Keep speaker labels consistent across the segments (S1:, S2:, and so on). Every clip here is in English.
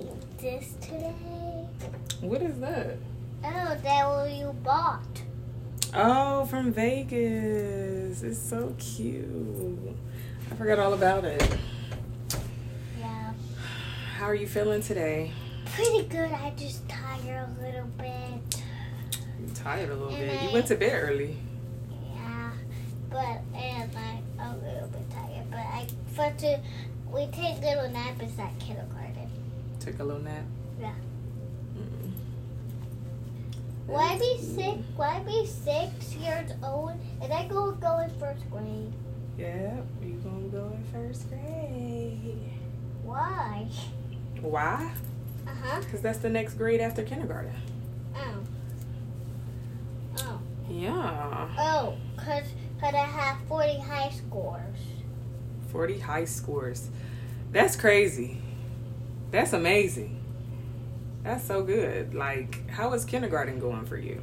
S1: exist today?
S2: What is that?
S1: Oh, that one you bought.
S2: Oh, from Vegas. It's so cute. I forgot all about it.
S1: Yeah.
S2: How are you feeling today?
S1: Pretty good. I just tired a little bit.
S2: I'm tired a little
S1: Am
S2: bit. You
S1: I-
S2: went to bed early.
S1: Yeah. But and I'm a little bit tired. But I for to we take little naps at kindergarten.
S2: Took a little nap.
S1: Yeah.
S2: Mm.
S1: Why be six? Why be six years old? And I go go in first grade.
S2: Yep, you gonna go in first grade.
S1: Why?
S2: Why?
S1: Uh huh.
S2: Because that's the next grade after kindergarten.
S1: Oh. Oh.
S2: Yeah.
S1: Oh. Cause, cause I have forty high scores.
S2: 40 high scores. That's crazy. That's amazing. That's so good. Like, how is kindergarten going for you?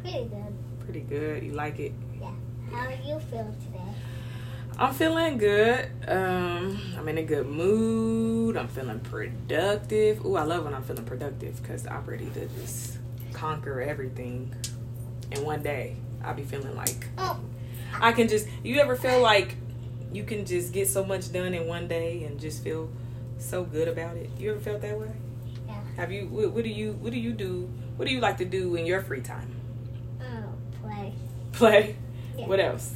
S1: Pretty good.
S2: Pretty good. You like it?
S1: How are you feeling today?
S2: I'm feeling good. Um, I'm in a good mood. I'm feeling productive. Ooh, I love when I'm feeling productive because I'm ready to just conquer everything in one day. I'll be feeling like
S1: Oh.
S2: I can just. You ever feel like you can just get so much done in one day and just feel so good about it? You ever felt that way?
S1: Yeah.
S2: Have you? What, what do you? What do you do? What do you like to do in your free time?
S1: Oh, play.
S2: Play.
S1: Yeah.
S2: What else?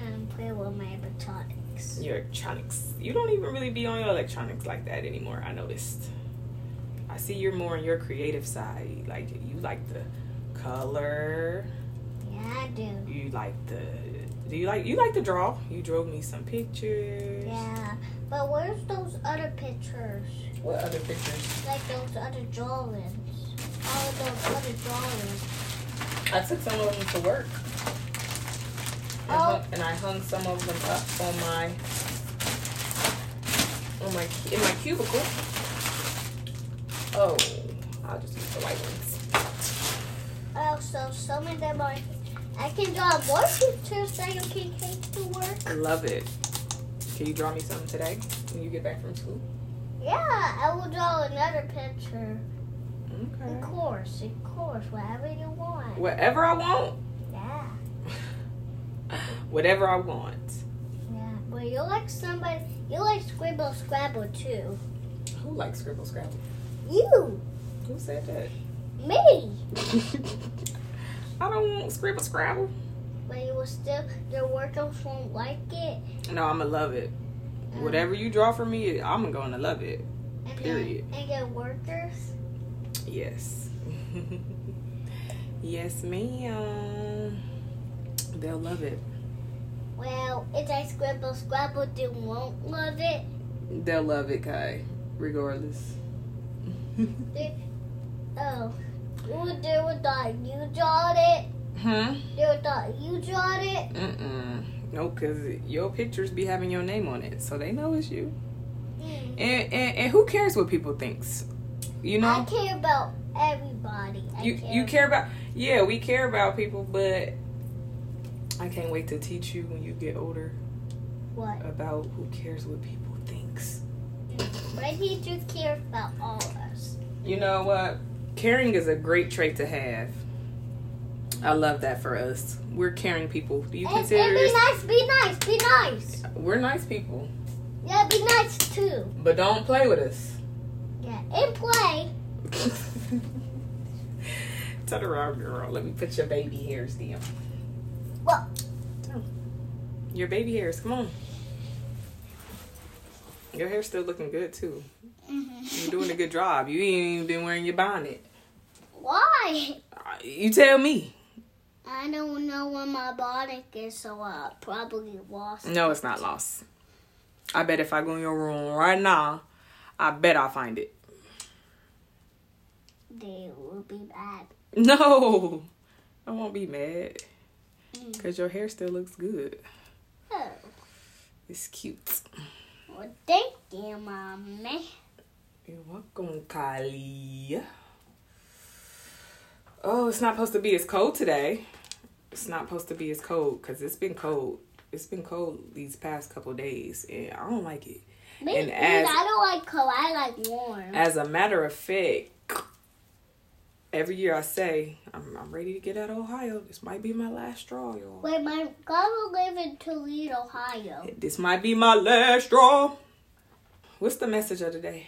S1: Um, play with my electronics.
S2: Your electronics. You don't even really be on your electronics like that anymore. I noticed. I see you're more on your creative side. Like you like the color.
S1: Yeah, I do.
S2: You like the. Do you like you like to draw? You drew me some pictures.
S1: Yeah. But where's those other pictures?
S2: What other pictures?
S1: Like those other drawings. All of those other drawings.
S2: I took some of them to work. And,
S1: Oh.
S2: hung, and I hung some of them up on my on my cu- in my cubicle. Oh, I'll just use the white ones.
S1: Oh, so some of them are. I can draw more pictures that you can take to work.
S2: Love it. Can you draw me some today when you get back from school?
S1: Yeah, I will draw another picture. Of
S2: Okay.
S1: course, of course, whatever you want.
S2: Whatever I want,
S1: Yeah,
S2: whatever I want.
S1: yeah. But you like somebody. You like scribble scrabble too.
S2: Who likes scribble scrabble?
S1: You,
S2: Who said that?
S1: me.
S2: I don't want scribble scrabble.
S1: But you will still. Your workers won't like it.
S2: No, I'ma love it.
S1: Um,
S2: Whatever you draw for me, I'm gonna love it.
S1: and then-
S2: period.
S1: And your workers.
S2: Yes. yes, ma'am. They'll love it.
S1: Well, if I scribble scrabble, they won't love it.
S2: They'll love it, Kai, regardless.
S1: Oh, you they would thought you drawed it.
S2: huh?
S1: They would thought you drawed it.
S2: Mm-mm. No, because your pictures be having your name on it, so they know it's you.
S1: Mm.
S2: And, and, and who cares what people thinks? You know?
S1: I care about everybody. I
S2: you you care about yeah we care about people but i can't wait to teach you when you get older
S1: What?
S2: about who cares what people thinks
S1: Why did you care about all of us?
S2: you know what caring is a great trait to have i love that for us we're caring people do you
S1: And, and
S2: consider
S1: be
S2: us
S1: nice, be nice, be nice.
S2: we're nice people
S1: Yeah, be nice too.
S2: but don't play with us
S1: Yeah, and play.
S2: turn around girl let me put your baby hairs down
S1: Well,
S2: your baby hairs come on your hair's still looking good too You're doing a good job. You ain't even been wearing your bonnet.
S1: why?
S2: Uh, You tell me.
S1: I don't know when my body is, so I probably lost.
S2: No, it's not lost. I bet if I go in your room right now, I bet I'll find it.
S1: They will be bad.
S2: No, I won't be mad because your hair still looks good.
S1: Oh,
S2: It's cute.
S1: well, thank you, mommy.
S2: You're welcome, Kylie. Oh, it's not supposed to be as cold today. It's not supposed to be as cold because it's been cold. It's been cold these past couple days, and I don't like it.
S1: Me,
S2: And as-
S1: I don't like cold. I like warm.
S2: As a matter of fact, every year I say, I'm, I'm ready to get out of Ohio. This might be my last straw, y'all.
S1: Wait, my God will live in Toledo, Ohio.
S2: This might be my last straw. What's the message of the day?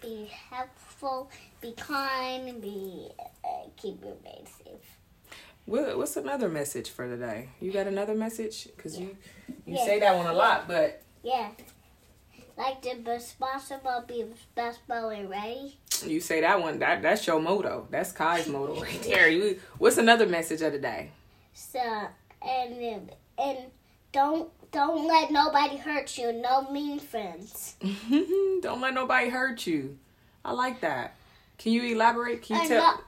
S1: Be helpful, be kind, be uh, keep your maid safe.
S2: What, what's another message for today? You got another message? Because you, you
S1: Yeah.
S2: say that one a lot, but
S1: Yeah. Like to be responsible, be responsible and ready.
S2: you say that one, that, that's your motto. That's Kai's motto right there. You, what's another message of the day?
S1: So and then- and don't don't let nobody hurt you. No mean friends.
S2: Don't let nobody hurt you. I like that. Can you elaborate? Can you
S1: Uh,
S2: tell?
S1: no.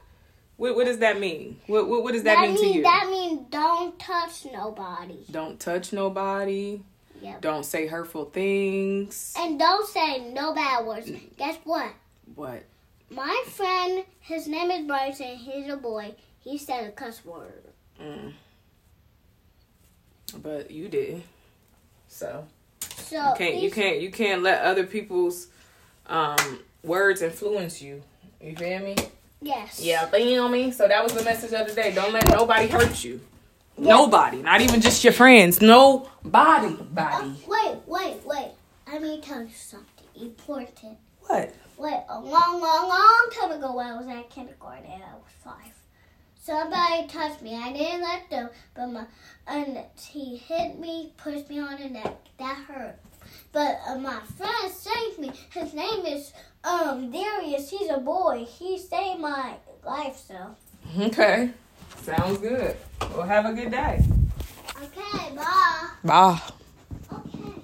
S2: What, what does that mean? What, what, what does that, mean, to you?
S1: that mean don't touch nobody.
S2: Don't touch nobody.
S1: Yep.
S2: Don't say hurtful things.
S1: And don't say no bad words. Guess what?
S2: What?
S1: My friend, his name is Bryson. He's a boy. He said a cuss word.
S2: Mm. But you did. So
S1: So
S2: you can't you
S1: he's-
S2: can't you can't let other people's um words influence you. You feel me?
S1: Yes.
S2: Yeah, feel me. So that was the message of the day. Don't let nobody hurt you. Nobody, not even just your friends. Nobody, body.
S1: Oh, wait, wait, wait. I mean, tell you something important.
S2: What?
S1: Wait, a long, long, long time ago, when I was at kindergarten, I was five. Somebody touched me. I didn't let them, but my and he hit me, pushed me on the neck. That hurt. But uh, my friend saved me. His name is um Darius. He's a boy. He saved my life. So
S2: Okay. Sounds good. Well, have a good day.
S1: okay, bye.
S2: Bye.